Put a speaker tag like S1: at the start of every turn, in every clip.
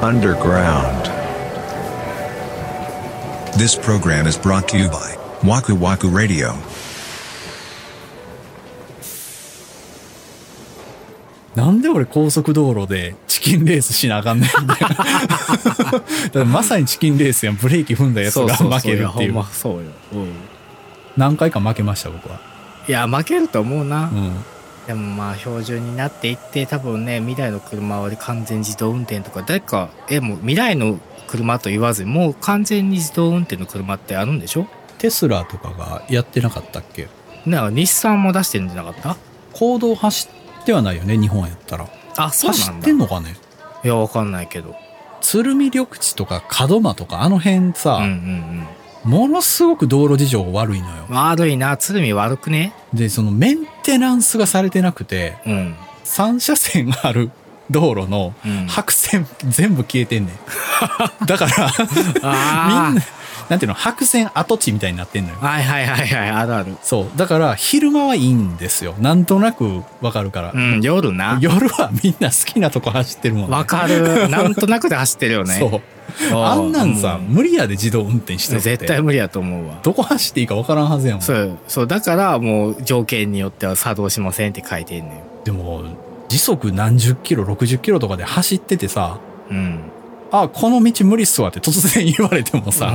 S1: underground.
S2: This program is brought to you by Waku Waku Radio.
S3: なんで俺高速道路でチキンレースしなあかんねんみ たいな。だからまさにチキンレースやん。ブレーキ踏んだやつ
S4: そう
S3: が
S4: そうそう
S3: 負けるってい
S4: やほん
S3: う
S4: ま。そうよ。うん。
S3: 何回か負けました、僕は。
S4: いや、負けると思う
S3: う
S4: な。
S3: ん。
S4: でもまあ、標準になっていって、多分ね、未来の車は完全自動運転とか、誰か、え、もう未来の車と言わず、もう完全に自動運転の車ってあるんでしょ
S3: テスラとかがやってなかったっけ
S4: なんか日産も出してるんじゃなかっ
S3: 公道走ってはないよね、日本やったら。
S4: たあ、そう
S3: 走
S4: な
S3: っ
S4: んだ。
S3: てん
S4: い
S3: のかね
S4: や、わかんないけど。
S3: 鶴見緑地とか門間とかあの辺
S4: うんう
S3: さ、
S4: ん
S3: ものすごく道路事情悪いのよ
S4: うん。。悪いな、鶴見悪くね
S3: で、そのメンテナンスがされてなくて、
S4: うん。
S3: 3車線ある 道路の
S4: うん
S3: 白線全部消えてんねん。 だ から、みんな、なんていうの、白線跡地みたいになってんのよ。
S4: はいはいはいはい、あるある。
S3: そう。だから、昼間はいいんですよ。なんとなくわかるから
S4: う。ん、夜な。
S3: 夜はみんな好きなとこ走ってるもんね。
S4: わかる。なんとなくで走ってるよね。
S3: そう。
S4: う
S3: あんなんさ、
S4: う
S3: 無理やで自動運転してるって。
S4: 絶対無理やと思うわ。
S3: どこ走っていいかわからんはずやもん。
S4: そう、そう、だからもう条件によっては作動しませんって書いてんねん。
S3: でも、時速何十キロ、60キロとかで走っててさ、
S4: うん。
S3: あ、この道無理っすわって突然言われてもさ、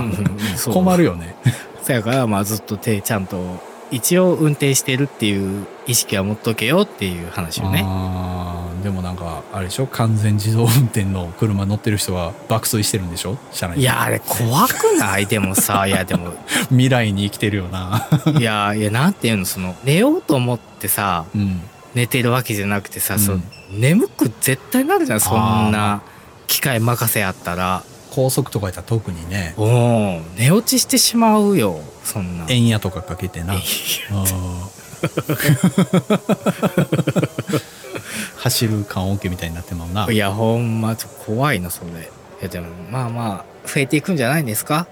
S3: 困
S4: る。
S3: るよね。
S4: そやから、まあずっと手ちゃんと、一応運転してるっていう意識は持っとけよっていう話をね。
S3: あーでもなんか、あれでしょ完全自動運転の車乗ってる人は爆睡してるんでしょ車内で
S4: いや、あれ怖くないでもさ、いやでも、
S3: 未来に生きてるよな。
S4: いや、いや、なんていうの、その、寝ようと思ってさ、
S3: うん。
S4: 寝てるわけじゃなくてさ、
S3: うん
S4: その眠く絶対なるじゃん、そん
S3: あ
S4: な機械任せやったら。
S3: 高速とかやったら特にね、
S4: おお寝落ちしてしまうよ、そんな。
S3: 円やとかかけてな。うん 走る感オーケーみたいになってまうな。
S4: いや、ほんま、ちょっと怖いな、それ。いや、でも、まあまあ、増えていくんじゃないんですか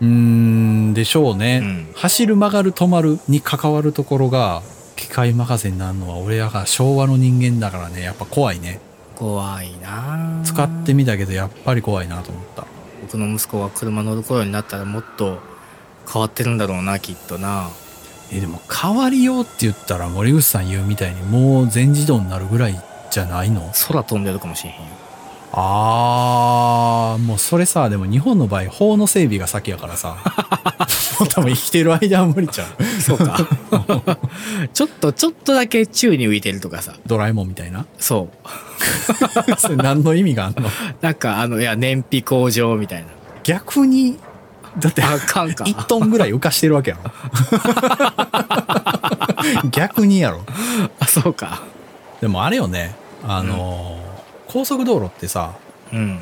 S3: うーん、でしょうね。
S4: うん
S3: 走る曲がる止まるに関わるところが、機械任せになるのは俺らが昭和の人間だからね、やっぱ怖いね。
S4: 怖いなあ
S3: 使ってみたけど、やっぱり怖いなと思った。
S4: 僕の息子が車乗る頃になったら、もっと変わってるんだろうな、きっとな。
S3: え、でも変わりようって言ったら森口さん言うみたいにもう全自動になるぐらいじゃないの
S4: 空飛んでるかもしれへんよ。
S3: あー、もうそれさ、でも日本の場合法の整備が先やから さ。もう多分生きてる間は無理 ちゃう。
S4: そうか。 ちょっと、ちょっとだけ宙に浮いてるとかさ。
S3: ドラえもんみたいな。
S4: そう。
S3: それ何の意味があんの
S4: なんか、あの、いや、燃費向上みたいな。
S3: 逆に、だって
S4: あかんか。
S3: 1トンぐらい浮かしてるわ けやろ逆にやろ
S4: あ、そうか。
S3: でもあれよねあのー高速道路ってさ
S4: うん。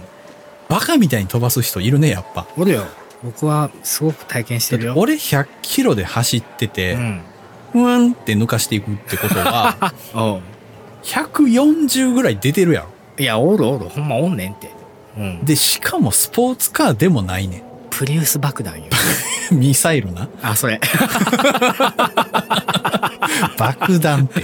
S3: バカみたいに飛ばす人いるねやっぱ
S4: おるよ。僕は、すごく体験してるよ。
S3: 俺100キロで走って
S4: う
S3: て、
S4: ん。
S3: うん、んって抜かしていくってこと は
S4: おう
S3: 140ぐらい出てるやろ
S4: いや、おるおる、ほんまおんねんって。うん。
S3: でしかもスポーツカーでもないね
S4: プリウス爆弾よ。
S3: ん ミサイルな
S4: あ、それ。
S3: 爆弾 って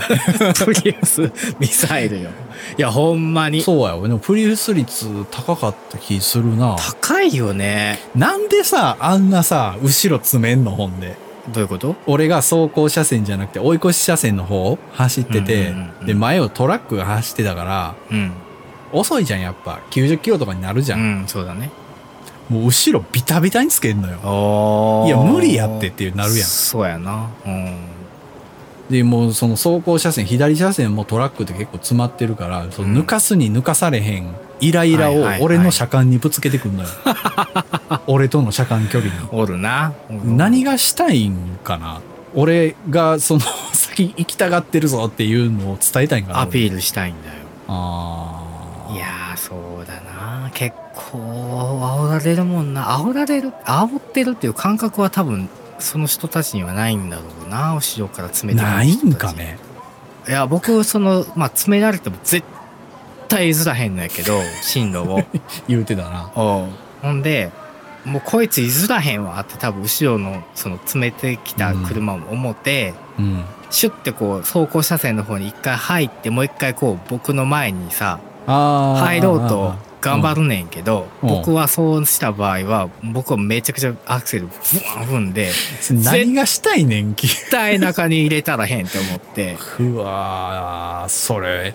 S4: プリウス ミサイルよ。いや、ほんまに。
S3: そうや俺のプリウス率高かった気するな
S4: 高いよね。
S3: なんでさあんなさ後ろ詰めんのほんで
S4: どういうこと
S3: 俺が走行車線じゃなくて追い越し車線の方を走ってて、
S4: うんうんうんうん
S3: で前をトラックが走ってたから
S4: うん。
S3: 遅いじゃんやっぱ90キロとかになるじゃ、
S4: うんん、そうだね。
S3: もう後ろビタビタにつけんのよ
S4: お
S3: いや無理やってってなるやん
S4: そうやな。うん。
S3: でもうその走行車線左車線もトラックって結構詰まってるからその抜かすに抜かされへんイライラ
S4: はいはいは
S3: を
S4: い
S3: 俺の車間にぶつけてく んのよ俺との車間距離に
S4: おるな。
S3: 何
S4: が
S3: がしたいんかな俺がその先行きたがってるぞっていうのを伝えたいんかな
S4: アピ
S3: ル
S4: ールしたいんだよ。
S3: ああ
S4: いやー、そうだな。結構、煽られるもんな。煽られる、煽ってるっていう感覚は多分、その人たちにはないんだろうな。後ろから詰めてくる
S3: ない
S4: 人
S3: ん
S4: た
S3: か
S4: ち
S3: ね
S4: いや、僕、その、まあ、詰められても絶対譲らへんのや けど、進路を。
S3: 言うてたな
S4: おうほんで、もうこいつ譲らへんわって多分後ろの、その詰めてきた車も思って、
S3: うん
S4: シュッてこう、走行車線の方に一回入って、もう一回こう、僕の前にさ、
S3: ああ
S4: 入ろうと頑張るねんけど、
S3: うん
S4: 僕はそうした場合は、僕はめちゃくちゃアクセルブワーン踏 んで、
S3: 何がしたい年金
S4: 絶対中に入れたらへんって 思って。
S3: うわーそれ、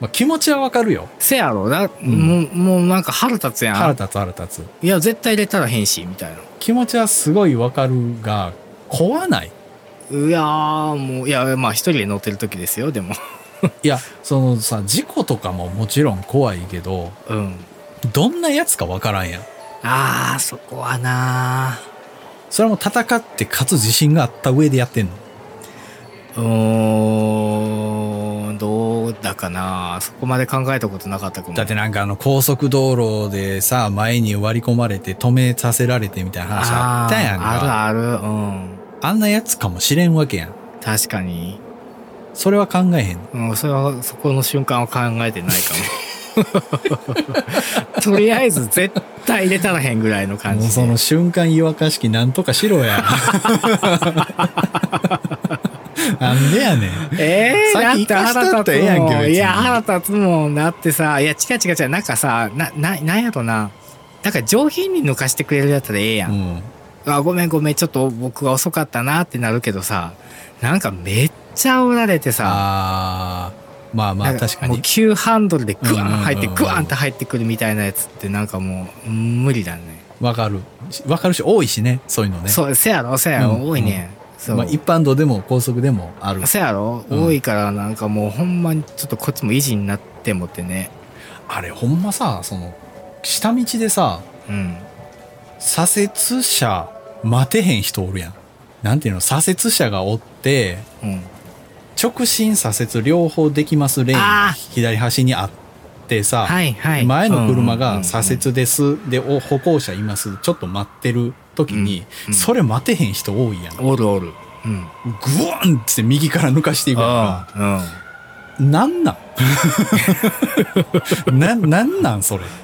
S3: まあ、気持ちはわかるよ
S4: せやろな、
S3: ん
S4: もう、もうなんか腹立つや
S3: 腹
S4: ん。
S3: 立つ腹立つ
S4: いや、絶対入れたらへんし、みたいな。
S3: 気持ちはすごいわかるが壊ないう
S4: やー、もう、いや、まあ一人で乗ってる時ですよ、でも。
S3: いやそのさ事故とかももちろん怖いけど
S4: うん。
S3: どんなやつかわからんやん
S4: あー、そこはな
S3: それはもう戦って勝つ自信があった上でやってんの
S4: うーん、どうだかなそこまで考えたことなかったかも。
S3: だってなんかあの高速道路でさ前に割り込まれて止めさせられてみたいな話あったやんかあ
S4: あーあるある、うん。
S3: んなやつかもしれんわけやん
S4: 確かに。
S3: それは考えへんの
S4: うん、それは、そこの瞬間は考えてない かも。とりあえず絶対入れたらへんぐらいの感
S3: もう
S4: じ
S3: そ
S4: で
S3: の。瞬間違和感式なんとかしろやなんでやねん
S4: ええ
S3: さ
S4: だ
S3: っ
S4: っ
S3: き
S4: て
S3: 生かし
S4: 腹
S3: た
S4: 立
S3: って
S4: つ
S3: ええやんけ
S4: も
S3: 別
S4: ん。
S3: に
S4: いや、腹立つもん。だってさ、いや、違う違う違う。なんかさ、な、な、なんやろな。なんか上品に抜かしてくれるやつでええや。
S3: うんん
S4: あ、ごめんごめん、ちょっと僕が遅かったなってなるけどさ、なんかめっちゃおられてさ、
S3: あーまあま
S4: な
S3: あ
S4: ん
S3: 確か
S4: もう
S3: に
S4: 急ハンドルでグワン入って、
S3: うんうんうんうん
S4: グワンって入ってくるみたいなやつってなんかもう、無理だね。
S3: わかるわかるし多いしねそういうのね
S4: そう、せやろ、せやろ、
S3: うん
S4: 多いね。そう。
S3: まあ、一般道でも高速でもある
S4: せやろ、
S3: うん
S4: 多いからなんかもうほんまにちょっとこっちも維持になってもってね。
S3: あれほんまさその下道でさ
S4: うん。
S3: 左折車待てへん人おるやんなんていうの左折車がおって
S4: うん。
S3: 直進左折両方できますレーン
S4: あ
S3: が
S4: ー
S3: 左端にあってさ、
S4: はいはい。
S3: 前の車が
S4: うんうんうん
S3: 左折です、で、お歩行者います、ちょっと待ってる時に、
S4: うんうん
S3: それ待てへん人多いやん。グ
S4: おるおる。うん。
S3: ワンって右から抜かしていくや
S4: うん。
S3: んか。なんなん な、なんなんそれって。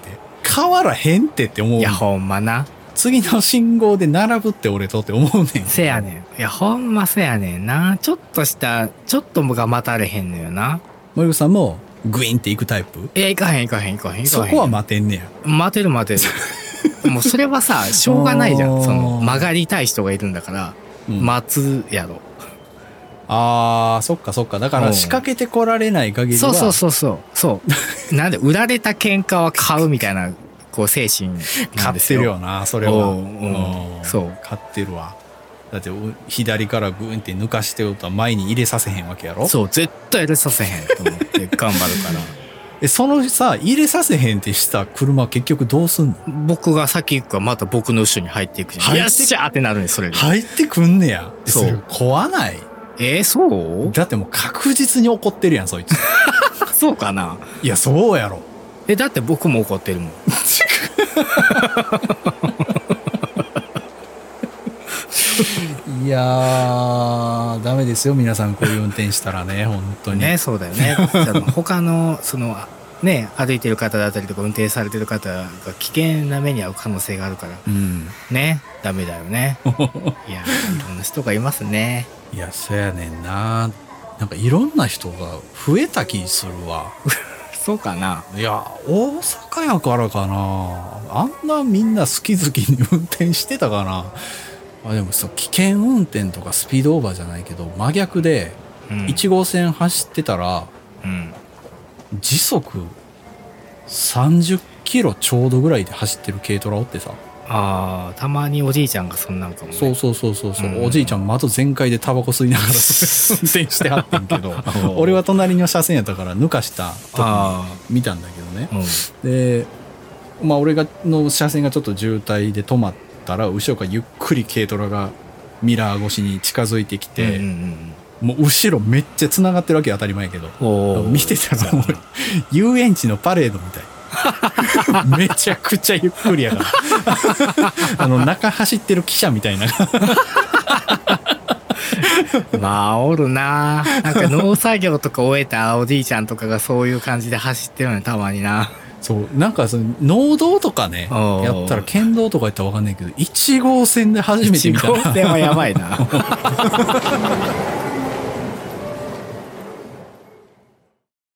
S3: 変わらへんってって思
S4: いうや、。ほんまな。
S3: 次の信号で並ぶって俺とって思うねん。
S4: せやねん。いや、ほんませやねんな。ちょっとした、ちょっともが待たれへんのよな。
S3: 森口さんもグインって行くタイプ
S4: いや、行かへん行かへん行かへん行
S3: そ
S4: かへん。
S3: こは待てんねや。
S4: 待てる待てる。 もうそれはさ、しょうがないじゃ
S3: あ
S4: ん。
S3: ー
S4: その、曲がりたい人がいるんだから、
S3: うん
S4: 待つやろ。
S3: あー、そっかそっか。だか
S4: うん
S3: ら仕掛けてこられない限りは。
S4: そうそうそうそう。 そう。なんで、売られた喧嘩は買うみたいな、こう、精神なん
S3: 買
S4: で
S3: っ
S4: す
S3: て
S4: よ。
S3: るよなそれは
S4: おううん
S3: ん
S4: そう
S3: 買ってるわだってう左からグーンって抜かしておったら前に入れさせへんわけやろ
S4: そう、絶対入れさせへんと思って頑張るから。
S3: えそのさ入れさせへんってした車結局どうすんの
S4: 僕が先行くからまた僕の後ろに入っていくじゃん。
S3: 入って
S4: よっしゃーってなるね、それで。
S3: 入ってくんねや
S4: そう
S3: れ壊ない
S4: えー、そう
S3: だってもう確実に怒ってるやんそ いつ
S4: そうかない
S3: やそうやろ
S4: え、だって僕も怒ってるもん。
S3: いやーダメですよ皆さんこういう運転したらね本当に
S4: ね、そうだよね。あの他の、その、ね、歩いてる方だったりとか運転されてる方が危険な目に遭う可能性があるから、
S3: うん
S4: ね、ダメだよ ね。いやー、こんな人がいますね。
S3: いやそやねんななんかいろんな人が増えた気するわ
S4: そうかない
S3: や、大阪やからかな。あんなみんな好き好きに運転してたかな。あでもそう、危険運転とかスピードオーバーじゃないけど、真逆で、
S4: うん
S3: 1号線走ってたら、
S4: うん。
S3: 時速30キロちょうどぐらいで走ってる軽トラおってさ。
S4: あー、たまにおじいちゃんがそんなんかも、ね。
S3: そうそうそうそうそう、
S4: うん
S3: おじいちゃん窓全開でタバコ吸いな がら運転してはってんけど、俺は隣の車線やったから抜かした時に
S4: あ
S3: 見たんだけどね。
S4: ー、うん。
S3: で、まあ、俺がの車線がちょっと渋滞で止まったら後ろからゆっくり軽トラがミラー越しに近づいてきて、
S4: うんうん
S3: もう後ろめっちゃ繋がってるわけ当たり前やけど
S4: うん、おー
S3: 見てたらもう遊園地のパレードみたい。 めちゃくちゃゆっくりやからあの中走ってる汽車みたいな
S4: まあ、おるな。なんか農作業とか終えたおじいちゃんとかがそういう感じで走ってるのよ、たまにな。
S3: そうなんかその農道とかね
S4: おう
S3: やったら県道とかやったらわかんないけど1号線で初めて見た
S4: 1
S3: ら
S4: 号線はやばいな。